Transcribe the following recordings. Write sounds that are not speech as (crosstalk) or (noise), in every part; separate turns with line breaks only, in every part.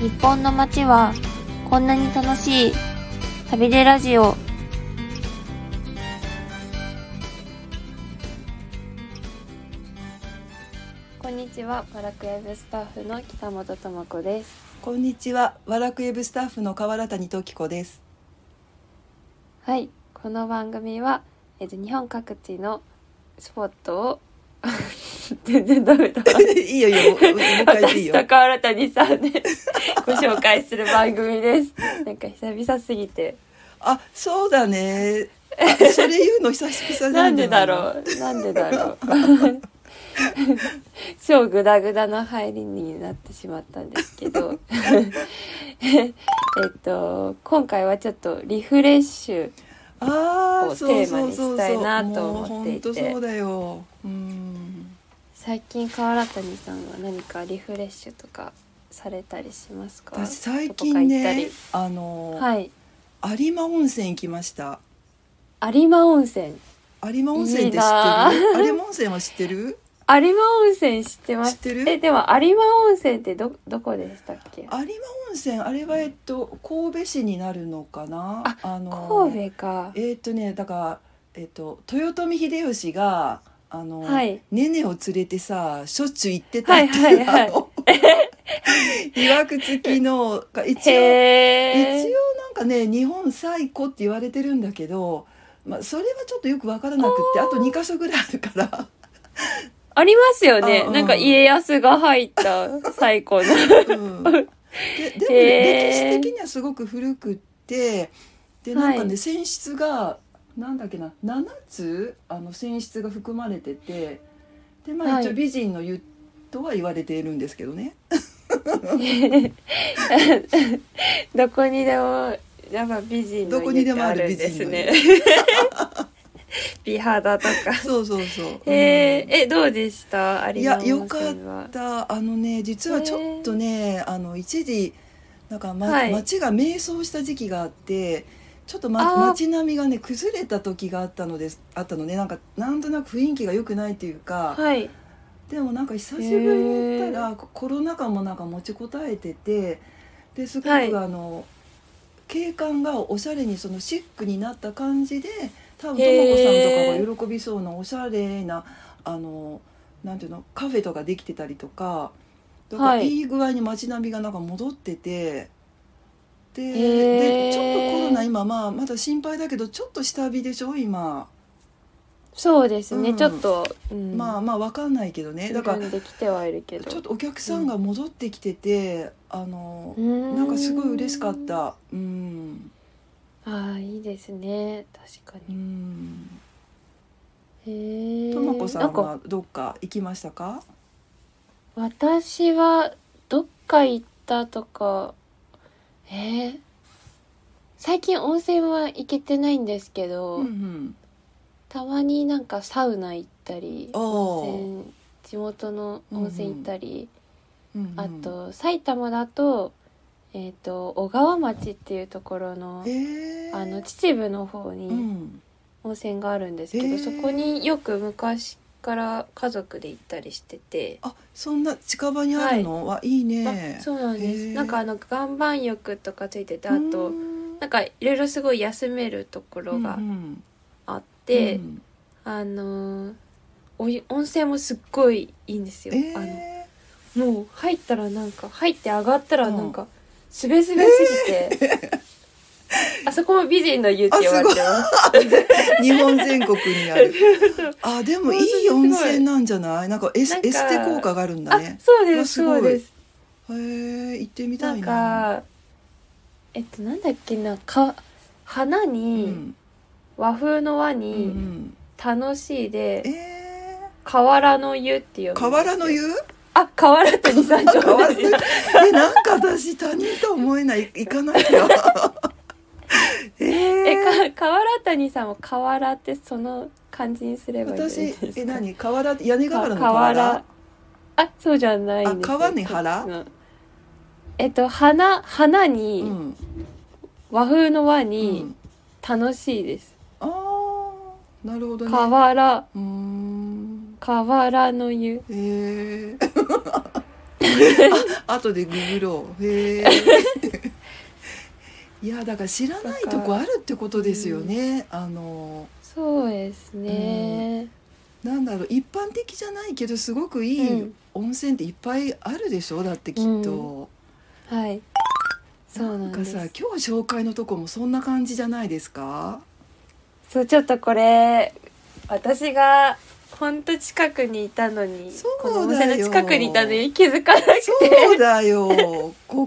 日本の街はこんなに楽しい旅でラジオ
こんにちは、パラクエブスタッフの北本智子です。
こんにちは、ワラクエブスタッフの河原谷時子です。
はい、この番組は、えっと、日本各地のスポットを全然ダメだわ。
いいよいいよ、もうもう一回言ってい
(laughs) 私
いよ。
と河原谷さんでご紹介する番組です。なんか久々すぎて。
あ、そうだね。あそれ言うの久しぶりじゃ
なんでだ
う。
ろうなんでだろう超グダグダの入りになってしまったんですけど (laughs) えっと今回はちょっとリフレッシュ
あ
を
あ、そう
テーマ
そう
に
そうそう。
したいなと思っていて
もう本当そうだよ。うん。
最近河原谷さんは何かリフレッシュとかされたりしますか
私最近ね
どこ、
あの、
か行ったり
有馬温泉行きました。
はい有馬温泉
有馬温泉って
いい
知ってる
なー？
有馬温泉は知っ
(laughs)
てる？
有馬温泉知ってま
知っ
す
て
え
る？
でも有馬温泉ってどどこでしたっけ
有馬温泉あれはえっと神戸市になるのかな？
あ
あの
神戸か
えーっとねだから、えーっと豊臣秀吉があの、
はい
ねねを連れてさしょっちゅう行ってたって
はいは
いう、
いはい
あの (laughs) いわくつきのが一応
へ
一応なんかね日本最古って言われてるんだけど、まあ、それはちょっとよく分からなくってあと2か所ぐらいあるから。
ありますよね。
あうん
なんか家康が入った最
(laughs)
古の。
うんででも
へ
歴
ー
史的にはすごく古くってでなんかね、
はい
泉質がなんだっけな7つあの泉質が含まれててでまあ
はい
一応美人の湯とは言われているんですけどね、
どこにでも、やっぱ美人の
どこに
家
で
って
も
あ
あ
る
る
ん
美
です
人の家
ね。 (laughs) 美肌とか。
そうそうそう。
えー
うん
え、どうでした有
い
馬
や
温
よ
泉
かっ
は。
たあのね実はちょっとねあの一時なんか、ま
はい
街が迷走した時期があってちょっと、
あ
ま、
ー
街並みがね崩れた時があったのですあったのねなんかなんとなく雰囲気が良くないというか、
はい。
でもなんか久しぶりに行ったらコロナ禍もなんか持ちこたえててですごく、
はい
あの景観がおしゃれにそのシックになった感じで多分ともこ
へー
さんとかが喜びそうなおしゃれなあのなんていうのカフェとかできてたりとかだから
はい
いい具合に街並みがなんか戻ってて。で
へー
でちょっとコロナ今、まあ、まだ心配だけどちょっと下火でしょ今、
そうですね。
うん
ちょっと、うん、
まあまあわかんないけどねだ
だ
か
からら。できてはいるけど。
ちょっとお客さんが戻ってきてて、あの
うー、ん
なんかすごい嬉しかっ。た。うん、
ああ、いいですね。確か
う
に。
ん。
へえ。
ともこさ
なんんか
はどっか行きましたか？
私はどっか行ったとかえー最近温泉は行けてないんですけど、
うんうん。
たまになんかサウナ行ったり
おー
温泉地元の温泉行ったり、
うんうん
あ。と埼玉だと,、えー、と小川町っていうところの
へえ。
あの秩父の方
う
に
ん。
温泉があるんですけど、
へー
そこによく昔から家族で行ったりしてて。
あ、そんな近場にあるのはいいね
あ。そうなんです、
へー
なんかあの岩盤浴とかついててあ
う
と
ん
なんかいろいろすごい休めるところが
うんうん
あって、
うん
あのーお湯温泉もすっごいいいんですよ、
えー
あのもう入ったらなんか入って上がったらなんかすべすべすぎて、
(laughs)
あそこも美人の湯って言われてます
日本全国にあ
(laughs)
る。あ、でもいい
本当
温
にすごい
泉なんじゃない？なんかエス
なんか
エステ効果があるんだ
あ
ね。
そうで
わ
す
すご
そ
いう
です
へえ、行ってみた
ないん
な。
かえっとなんだっけなか花
う
に、
ん。
和風の和
う
に、
ん
楽しいで
うん、え
河原の湯っていう
ー、河原の湯
あ河原谷さんじゃ
河
ない
原の
で
湯
す
えなんか私他人とは思えない行かない
(laughs)
よえ
え
ー、
か河原谷さんも河原ってその感じにすればいいんです
私
か
え何河原屋根
か
河原の
河
河
原
原
あそうじゃないんです
あ川に
こ
原
っちのえっと花花
う
に、
ん、
和風の和
う
に
ん、
楽しいです、
あーなるほどね
河原
うーん
河原の湯 (laughs)
えー、あ後でググろうへえ
(laughs)
いやだから知らないとこあるってことですよね、あの
そうですね、
なんだろう一般的じゃないけどすごくい
うん
い温泉っていっぱいあるでしょだってきっと、
はいそうなんです
かさ今日紹介のとこもそんな感じじゃないですか
そうちょっとこれ私がほんと近くにいたのに
そうだ
こ
よ
のお店の近くにいたのに気づかなくて
そうだよここ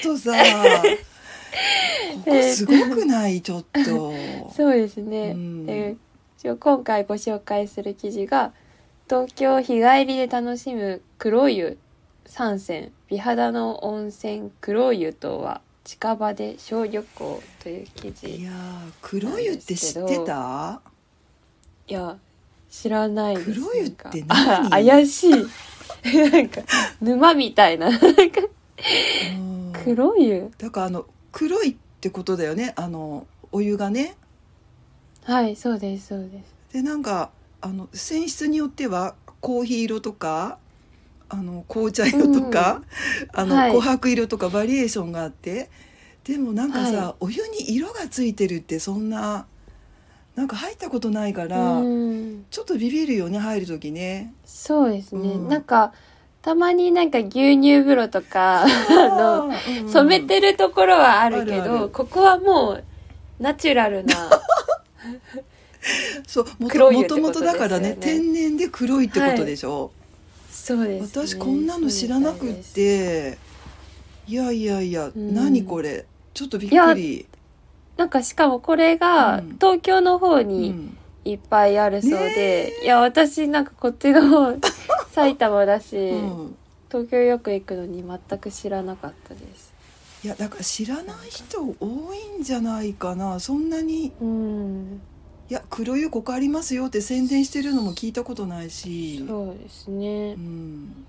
ちょ
(laughs)
っとさここすごくないちょっと
(laughs) そうですね、
うん
で一応今回ご紹介する記事が「東京日帰りで楽しむ黒湯三選美肌の温泉黒湯とは近場で小旅行」という記事
い
い
やー黒湯って知ってた
や知らないです
黒湯って何
なんかあ怪しい (laughs) なんか沼みたいななんか
うん
黒湯
だからあの黒いってことだよねあのお湯がね
はいそうですそうです
でなんかあの泉質によってはコーヒー色とかあの紅茶色とか、あの
はい
琥珀色とかバリエーションがあってでもなんかさ、
は
お湯に色がついてるってそんななんか入ったことないから、
うん
ちょっとビビるよね入る時ね。
そうですね、
うん
なんかたまになんか牛乳風呂とか (laughs) あの
あーうん
染めてるところはあるけど、
あるある
ここはもうナチュラルな
そうもと
黒い湯っ
も
て
と
こと
もとだからね
ですよね
天然で黒いってことでしょ、
そうです、ね、
私こんなの知らなくっていやいやいや、
ん
何これちょっとびっくり。
なんかしかもこれ
う
が
ん
東京の方に
ん
いっぱいあるそうで、いや私なんかこっちの方埼玉だし、
うん
東京よく行くのに全く知らなかったです
いやだから知らない人多いんじゃないかなそんなに
うん
「いや黒湯ここありますよ」って宣伝してるのも聞いたことないし
そうですね、
うん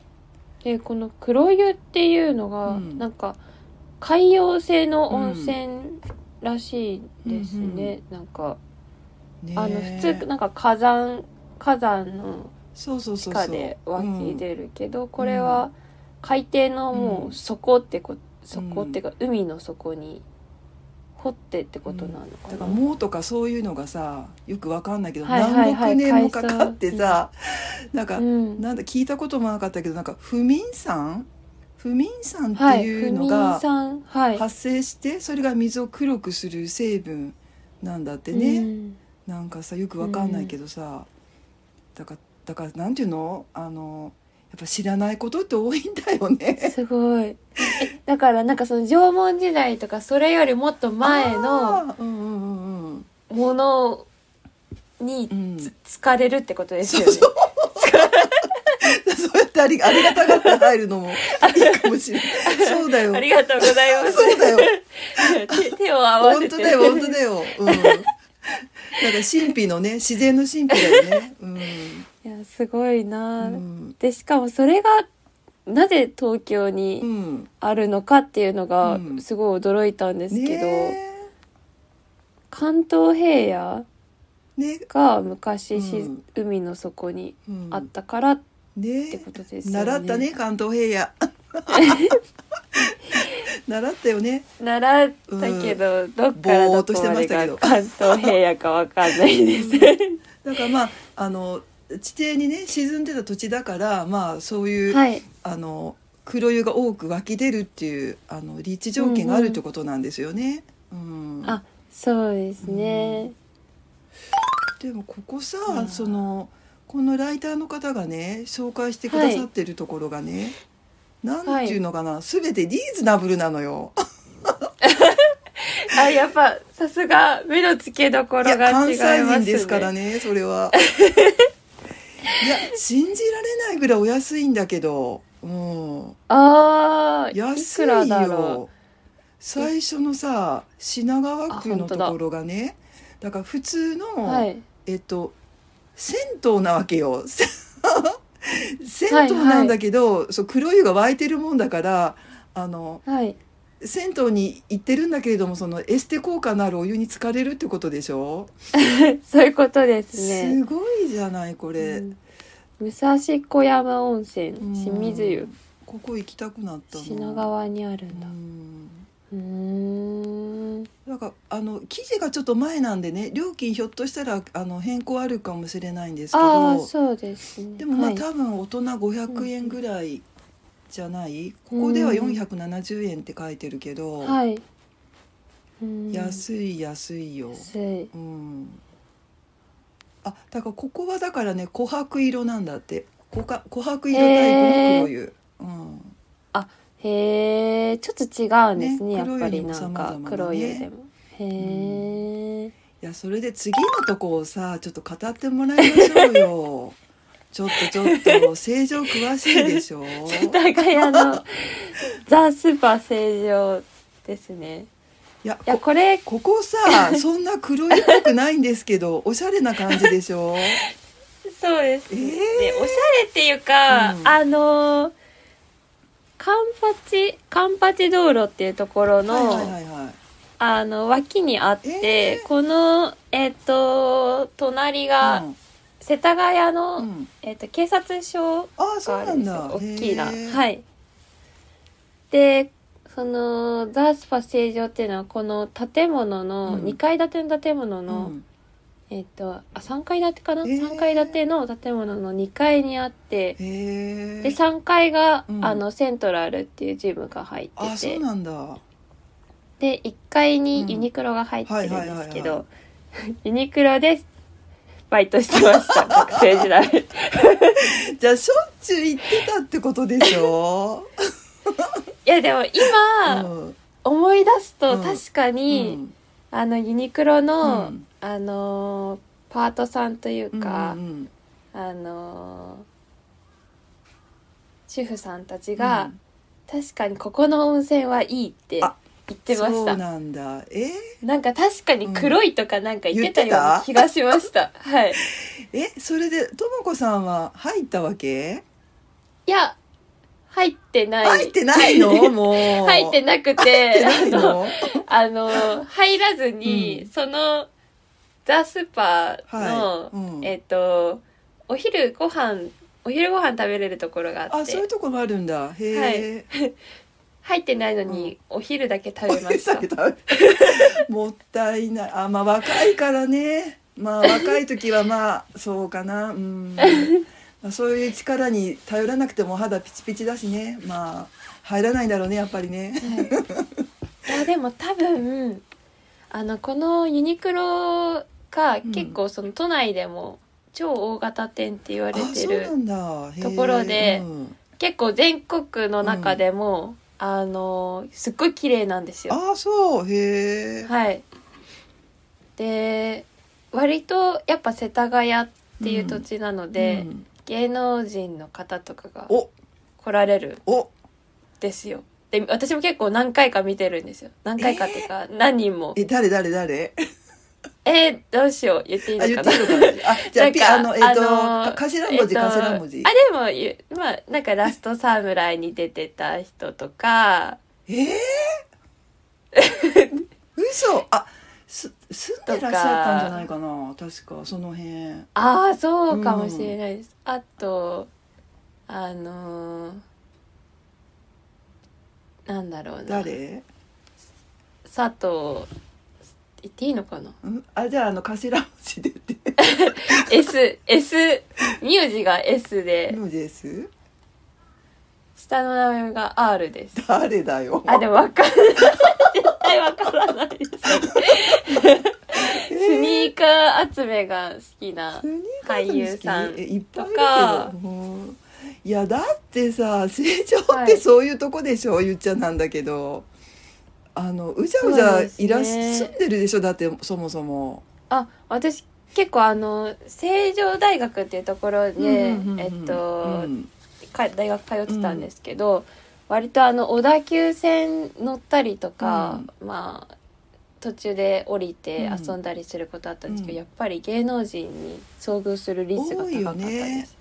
でこの黒湯っていうのが、
うん
なんか海洋性の温泉らしいですね、なんか
ね
あの普通なんか火山火山の
そうそう
地
そう
下
そう
で湧き出るけどこれは海底のもう底ってこ底ってか海の底に掘ってってことなの
うんだ
か
か
な、
らもうとかそういうのがさよくわかんないけど、
はいはいはい
何億年もかかってさ、なんか、
うん
なんだ聞いたこともなかったけどなんか不眠酸不眠酸って
はい
い
不
うの
妊
が
さんはい
発生してそれが水を黒くする成分なんだってね。
うん
なんかさよくわかんないけどさ、だからだからなんていうのあのやっぱ知らないことって多いんだよね。
すごいえだからなんかその縄文時代とかそれよりもっと前の
あーうんうんうんうん
ものに
うん。 (laughs) そ
つ疲れるってことですよ
う
ね
そう。そうやってありありがたがって入るのもいいかもしれない。そうだよ
あ。りがとうございます
そうだよ。
手 (laughs) 手を合わせ
本
て
当だよ本当だよ。うん。なんか神秘のね自然の神秘だよね。
(laughs) いやすごい
うん。
な、
うん。
でしかもそれがなぜ東京
う
に
ん。
あるのかっていうのが
うん
すごい驚いたんですけど、
ね
関東平野
えね。
が昔し、
うん
海の底に
うん
あったからっ
ね
てことですよね。
習ったね関東平野習ったよね
習ったけど、どっから
ぼー
ど
っと
こ
してま
ま
し
で
た
が
けど
関東平野かわかんないです。
だからまああの地底にね沈んでた土地だからまあそういう、
はい。
あの黒湯が多く湧き出るっていうあの立地条件があるってことなんですよね。うん
あそうですね。
でもここさ、
うん
そのこのライターの方がね紹介してくださってるところがね、なんていうのかな、全てリーズナブルなのよ。
あ、やっぱ、さすが、目の付けどころ
いや
が違います
関
ね。
西人ですからねそれ
(laughs)
はいや信じられないぐらいお安いんだけどうん
ああ、い
安
く
い
らだろ
よ最初のさ品川区
あ
の
本当
と
だ
ころがねだから普通
う。
の、
はい。
えっと銭湯なわけよ (laughs) 銭湯なんだけど、そう黒湯が湧いてるもんだからあの
はい。
銭湯に行ってるんだけれどもそのエステ効果のあるお湯に浸かれるってことでしょ
そういうことですね。
すごいじゃないこれ、
うん武蔵小山温泉、
うん
清水湯。
ここ行きたくなったの
品川にあるん
う
だ
ん
うーん
なんかあの記事がちょっと前なんでね料金ひょっとしたらあの変更あるかもしれないんですけ
ああ
ど
そうですね
でもまあ、
はい
多分大人500円ぐらいじゃない、ここでは470円って書いてるけど、
はい、うーん
安い安いよ、
安い
うん、あだからここはだからね琥珀色なんだって琥珀琥珀色タイプの黒湯、うん、
へえちょっと違うんですね
ね
やっぱりなんか
黒
黒
い
い
湯
湯
で
でもへえ、
いやそれで次のとこをさちょっと語ってもらいましょう
(laughs)
よちょっとちょっと正常詳しいで
(laughs)
しょ
世田谷
(laughs)
のザ・スーパー正常ですね
いや
いやこれ
ここさそんな黒いっぽくないんですけどおしゃれな感じでし
(laughs)
ょ
そうです、
え
ね
ー
おしゃれっていうか、
うん
あのーカンパチカンパチ道路っていうところの、
はいはいはいはい
あの脇にあって、
え
このえっ、と隣が
うん
世田谷の、
うん、
えっと警察署
ああそう
があ
な
る
ん
んですよ
だ
大きいな
へえ
はいでそのザ・スパ正常っていうのはこの建物の、
うん
2階建ての建物
う
の、
ん
えっとあ3階建てかな、
へえ
3階建ての建物の2階にあって
へえ
で3階が、
うん
あのセントラルっていうジムが入
あ
って
そう
て
なんだ
で1階
うん
にユニクロが入ってるんですけ
はいは
ど (laughs) ユニクロでバイトしてました学生時
(laughs)
代
じゃあしょっちゅう行ってたってことでし
(laughs)
ょ、
いやでも今、
うん
思い出す
う
と
ん
確かに、
うん
あのユニクロの、
うん
あのーパートさんというか、
うんうん
あのー主婦さんたち
うん
が、
うん
確かにここの温泉はいいって言
あ
ってまし
そう
たな
なんだえ
んか確かに黒いとかなんか言ってたよう
言っ
な
てた
気がしました、はい
えそれでともこさんは入ったわけ、
いや入ってない
入ってな
(laughs)
いのもう
入ってなくて
入って
あの
ないの
(laughs) あのー入らずに、
うん
そのザ・スーパーの、
はい、うん
えっ、とお昼ご飯お昼ご飯食べれるところがあっ
あそういう
て
とこもあるんだへえ、
入ってないのにお昼だけ食べました、
だけどもったいないあまあ若いからねまあ若い時はまあそうかな
(laughs)
うんまあそういう力に頼らなくても肌ピチピチだしねまあ入らないんだろうねやっぱりね
はい、いやでも多分あのこのユニクロが
うん
結構その都内でも超大型店って言わ
あ
れて
そう
る、
なんだへえ
ところで
うん
結構全国の中でも、あのすっごい綺麗なんですよ。
あそうへえ、
はい、で割とやっぱ世田谷っていう土地なので、
うん
芸能人の方とかが
お
来られるん
お
ですよで私も結構何回か見てるんですよ何回かっていうか、何人も
え誰誰誰
えーどうしよう言っていい
あ
の
言
か
って
な
るのかなあじゃあ
なん
ピ
か
あのえっ、と、
あのー
か頭
えっ
文字、
と
頭文字
あでもゆまあなんか「ラストサムライ」に出てた人とか
ええ嘘あす住んでらっしゃったんじゃないかな確かその辺
ああそうかもしれないです、あとあのーなんだろうな
誰
佐藤言っていいのかな
んあじゃああの頭文字でって
SS 名字が S で
のです
下の名前が R です。
誰だよ
あ、でもわかんない。絶対わからないです。スニーカー集めが好きな
ス。ニーカーとか好き
俳優さん
えいっぱいいる
とか
けどうんいやだってさ成長ってそういうとこでしょ、ゆっちゃなんだけどあのうじゃうじ
そう
ゃ
ですね
いらっしゃってるでしょだってそもそも
あ、私結構あの、成城大学っていうところで、
うんうんうんうん
えっと、
うん
か大学通ってたんですけど、割とあの、小田急線乗ったりとか、まあ、途中で降りて遊んだりすることあったんですけど、
うん
やっぱり芸能人に遭遇する率が高かった
多いよ
で
ね
す。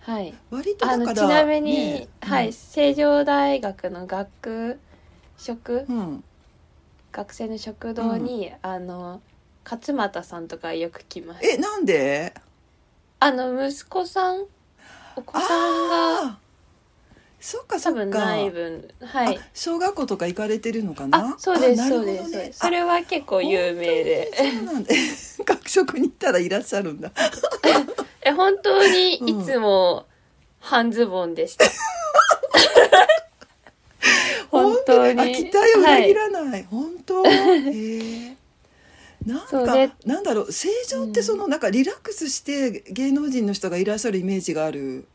はい。
割と
あ
だ
の
から
ちなみに、
ね
はい、成城大学の学食
うんうん
学生の食堂に、あの勝俣さんとかよく来ます
えなんで
あの息子さんお子さんが
あそっかそ
多
っ
分
か、
ない分はい
あ小学校とか行かれてるのか
あ
な
そうで
あ
す
なる
そ
ほ
う
ど
で
ね
す、
あ
それは結構有名で
そうなんだ (laughs) 学食に行ったらいらっしゃるんだ
え本当にいつも半ズボンで
(laughs)
した、本当に
あ期待を裏切らない、本
(laughs)
当へえなん
そう
か、
で
なんだろう正常ってその、なんかリラックスして芸能人の人がいらっしゃるイメージがある、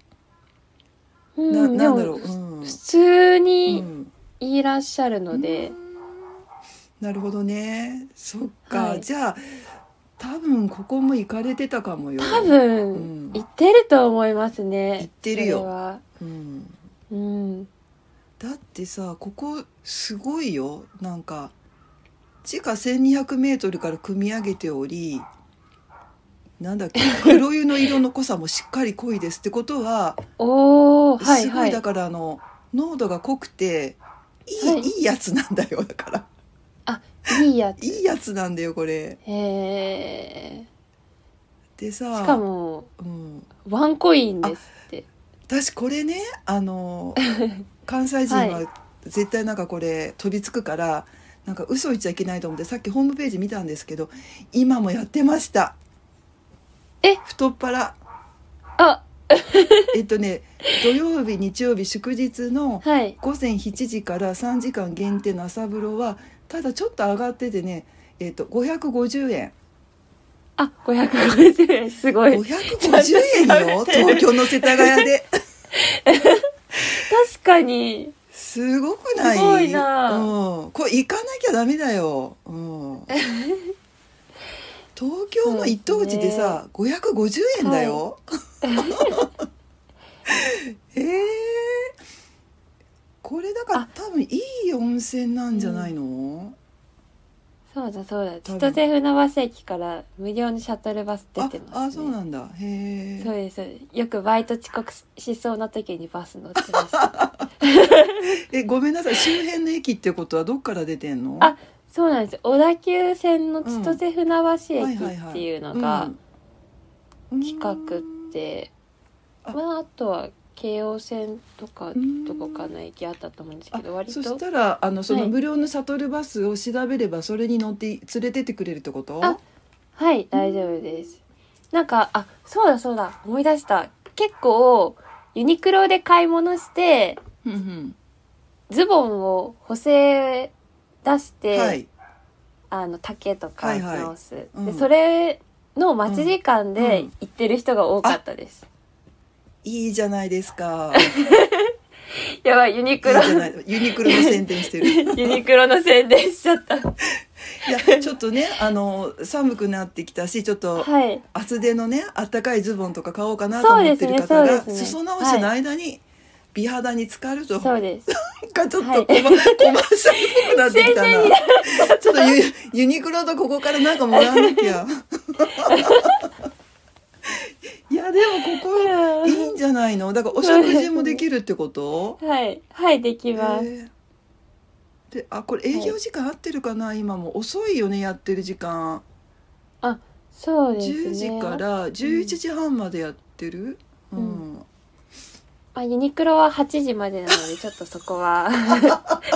はい、
な
うん
なんだろ
で
う、
も
うん
普通
う
に
ん、
いらっしゃるので、
なるほどねそっか、
はい
じゃあ多分ここも行かれてたかもよ
多分
うん
行ってると思いますね
行ってるよ
それは
うん
うん
だってさここすごいよなんか地下 1200m から組み上げておりなん
(laughs)
だっけ黒湯の色の濃さもしっかり濃いですってことは
おおはい
すご
はいい
だからあの濃度が濃くていい,、
はい
い、いやつなんだよだから
いいやつ
いいやつなんだよこれ
へえ
でさ
しかも
うん、
ワンコインですって
私これね
(laughs)
あの関西人は絶対なんかこれ飛びつくからなんか嘘言っちゃいけないと思ってさっきホームページ見たんですけど今もやってました
え
太っ腹
あ
えっと
(laughs)
ね土曜日日曜日祝日の
はい
午前7時から3時間限定の朝風呂はただちょっと上がっててねえっと550円
あ550円すごい
550円よ東京の世田谷で
確かに
すごくない
すごいな
うん、これ行かなきゃダメだよ、うん、東京の一等地でさ550円だよ、 (laughs) えー、これだから
あ
多分いい温泉なんじゃないの、
そうだそうだ
多分
千歳船橋駅から無料のシャトルバス出
あ
てます、ね、
あそうなんだへ
そう
え
ですそうですよくバイト遅刻しそうな時にバス乗ってました
(laughs) えごめんなさい周辺の駅ってことはどっから出てんの
あそうなんです小田急線の千歳船橋
はい
駅
はいは
っていうのが企画って、
あ
まああとは京王線とか
ん
どこかの駅あったと思うんですけど割
そ
と
したらあのその
はい
無料のシャトルバスを調べればそれに乗って連れてってくれるってこと
あはい大丈夫ですなんかあそうだそうだ思い出した結構ユニクロで買い物して
うんうん
ズボンを補正出して、
はい
あの丈とか
はいはい
直す、
うん
でそれの待ち時間で
うん
行ってる人が多かったです、
いいじゃないです
(laughs)
か
やばいユニ
いい
ク
じ
ロ
ゃないユニクロの宣伝してるい
(laughs) ユニクロの宣伝しちゃった
やちょっとねあの寒くなってきたしちょっと
はい
厚手のねあったかいズボンとか買おうかなと思ってる方
そうで
が、
すねそうですね
裾直しの間に美肌に浸かると
そう
(laughs)
です
なんかちょっ
は
と
い
コ (laughs) マ,、コマーシャルっぽくなってきた
宣伝に
なちょっとユユニクロとここからなんかもらわな
(laughs)
きゃいやでもここいいんじゃないのだからお食事もできるってこと
はいはいできます、
へえであこれ営業時間合ってるかな、今も遅いよねやってる時間、
そうですね
10時から11時半までやってるう、
うんまあ、ユニクロは8時までなのでちょっとそこは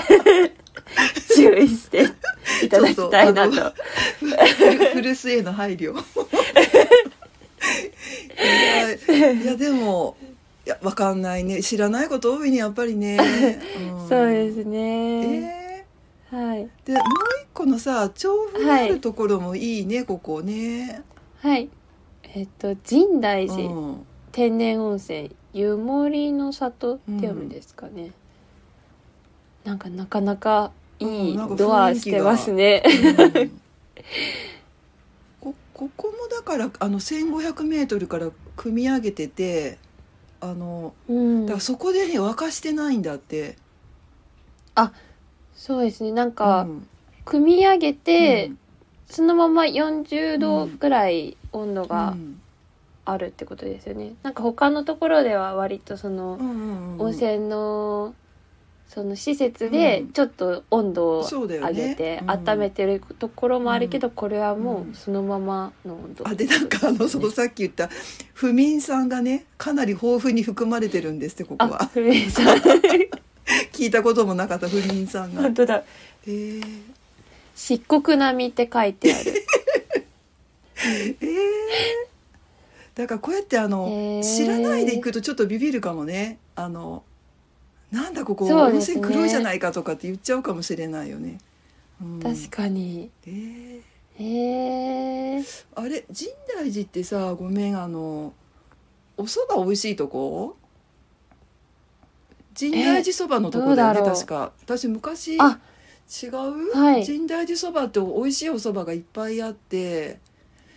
(laughs) 注意していただきたいなと
ちょ (laughs) 古古巣への
(laughs)
配慮いやいやでもいやわかんないね知らないこと多いねやっぱりね、
(laughs)
ん
そうですね、
え
はい
ーでもう一個のさ調布のあるところもいいね、ここね、
はいえっと深大
う
寺、
ん、
天然温泉湯守の里って読むんですかね、なんかなかなかい
うん
い
なんか雰囲気が
ドアしてますね、
うんこここもだからあの 1500m から組み上げててあの
うん
だからそこでね沸かしてないんだって。
そうですねなん
う
か
ん
組み上げて、
うん
そのまま40度ぐらい温度が
うん
あるってことですよね、なんか他のところでは割とその
うんうんうん
温泉のその施設で
うん
ちょっと温度を
そうだよね
上げて
うん
温めてるところもあるけど、これはも
うん
うそのままの温度、
あでなんかあのそのさっき言った不眠酸がねかなり豊富に含まれてるんですってここ
あ
は
古いさん
聞いたこともなかった不眠酸が
本当だ
えー、
漆黒並みって書いてある
えー、だからこうやってあ
へ
の
ー
知らないで行くとちょっとビビるかもねあのなんだここ、
そう
温
ですね
泉黒いじゃないかとかって言っちゃうかもしれないよね、うん
確かに
えー
へえ
あれ深大寺ってさごめんあのお蕎麦美味しいとこ深大寺そばのとこだよ
え
ね
どうだろう
確か私昔違う
あ、はい
深大寺そばって美味しいお蕎麦がいっぱいあって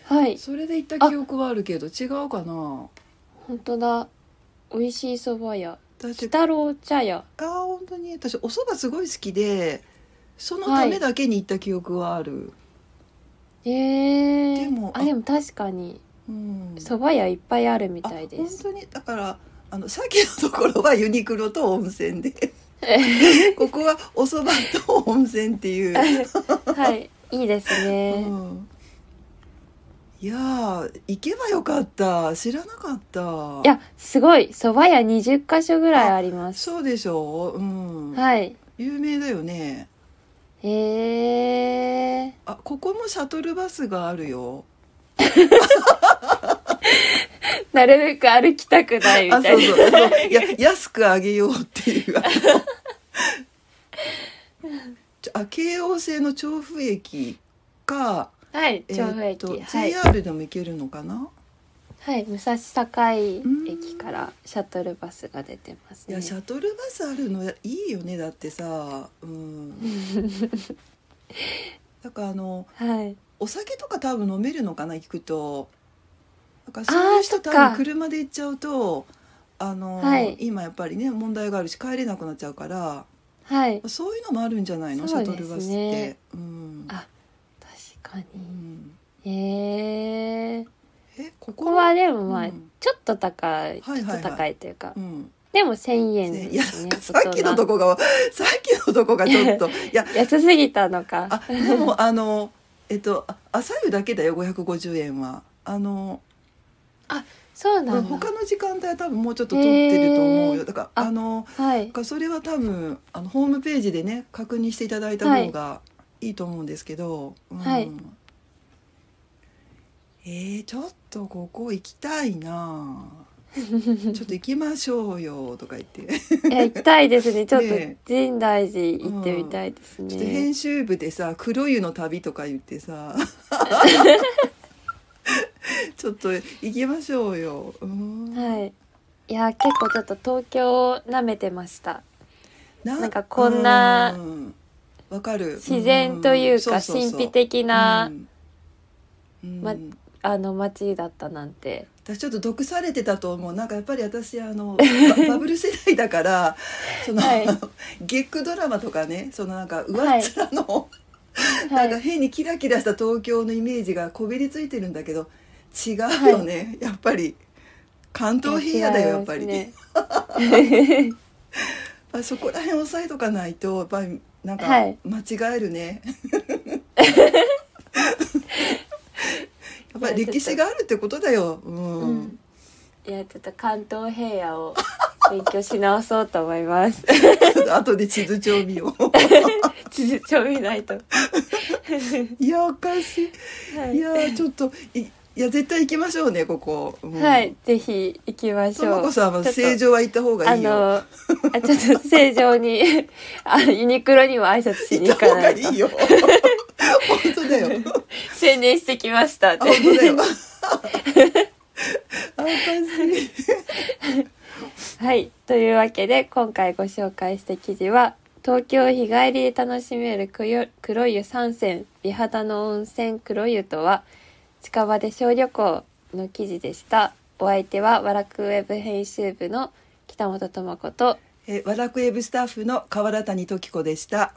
はい
それで行った記憶はあるけど違うかな
本当だ美味しいそば屋
私あ
北郎茶屋
ー本当に私お蕎麦すごい好きでそのためだけに行った記憶はある、
へえ
でも
あ
あ
でも確かに
うん
そば屋いっぱいあるみたいで
あ
す
本当にだからあのさっきのところはユニクロと温泉
(laughs)
でここはお蕎麦と温泉っていう、
はいいいです
う
ね、
ん、いやー行けばよかった知らなかった
いやすごいそば屋20箇所ぐらいあります
そうでしょう、うん
はい
有名だよね
へえ
あここもシャトルバスがあるよ
なるべく歩きたくないみた
あ
い
そう
な
そうそういや安くあげようっ
(laughs)
ていうあのちょあ京王線の調布駅か
はい
え
調
ー
布駅、
と
はい、
JR でも行けるのかな、
はい、武蔵境
ん
駅からシャトルバスが出てます
い、
ね
やシャトルバスあるのいいよねだってさうん
(laughs)
だからあの
はい
お酒とか多分飲めるのかな行くとだからそういう
あ
人
ーそ
多
っか
分車で行っちゃうとあの、
はい
今やっぱりね問題があるし帰れなくなっちゃうから
はい
そういうのもあるんじゃないの、シ
そう
ャ
です
ト
ね
ルバスってうん
あ確か
う
に
ん
へえ
えこ
こ
こ
こはでもまあ、
うん
ちょっと高い、
はいはいはい
ちょっと高いというか
うん
でも1000円
ね
で
いや
すね
さっきのと
こ
こがさっきのとこが
(laughs)
ちょっといや
安すぎたのか
あでもあのえっとあ朝湯だけだよ550円はあの
そうなんだ
他の時間帯は多分もうちょっと取ってると思う
へ
よ
ー
だから
あ
あの (laughs)
はい
だからそれは多分あのホームページでね確認していただいた方がいいと思うんですけど、うん
はい
えー、ちょっとここ行きた
(laughs)
いなあちょっと行きましょうよとか言って
いや行きたいですね。ちょっと
ね
神大寺行ってみたいです
ちょっと
ね。
編集部でさ「黒湯の旅」とか言っ
(laughs)
てさちょっと行きましょうよ、うん
はい。いや結構ちょっと東京を舐めてました。
な
なんかこんな
うんわかる
自然というか神秘的な、
うん
ま
うん
あの街だったなんて。
私ちょっと毒されてたと思うなんかやっぱり私あ
(laughs)
のババブル世代だからその、 (laughs)
はい
ゲックドラマとかねそのなんか上
はい
っ面の、
は
なんか
い。
変にキラキラした東京のイメージがこびりついてるんだけど違うよね、やっぱり関東平野だよやっぱ
違
り、
いますね
あそこら辺押さえとかないとやっぱりなんか
はい
間違えるね、
(laughs)
やっぱり歴史があるってことだようん、
うんいやちょっと関東平野
(laughs)
を勉強し直そうと思います。 (laughs)
ちょっと後で地図帳見よ
地図帳見ないと。は
ういやおかしい、い、
い。
やちょっといいや絶対行きましょうねここ、うん
はい。ぜひ行きまし
と
ょ
も
う。
こさん
ち
は
ょっと
正常は行った方が
あ
いいよ
の、あちょっと正常
(laughs)
に、あユニクロにも挨拶し
行
に
っ
行
た
か
方
な
が
い
い
と。
いよ本当だよ
宣伝してきましたっ
あ本当だよ (laughs)
て。
あおかしい
(laughs) はい。というわけで、今回ご紹介した記事は、東京日帰りで楽しめる黒湯黒湯三選、美肌の温泉黒湯とは、近場で小旅行の記事でした。お相手は、ワラクウェブ編集部の北本智子と、
え和楽エブスタッフの河原谷時子でした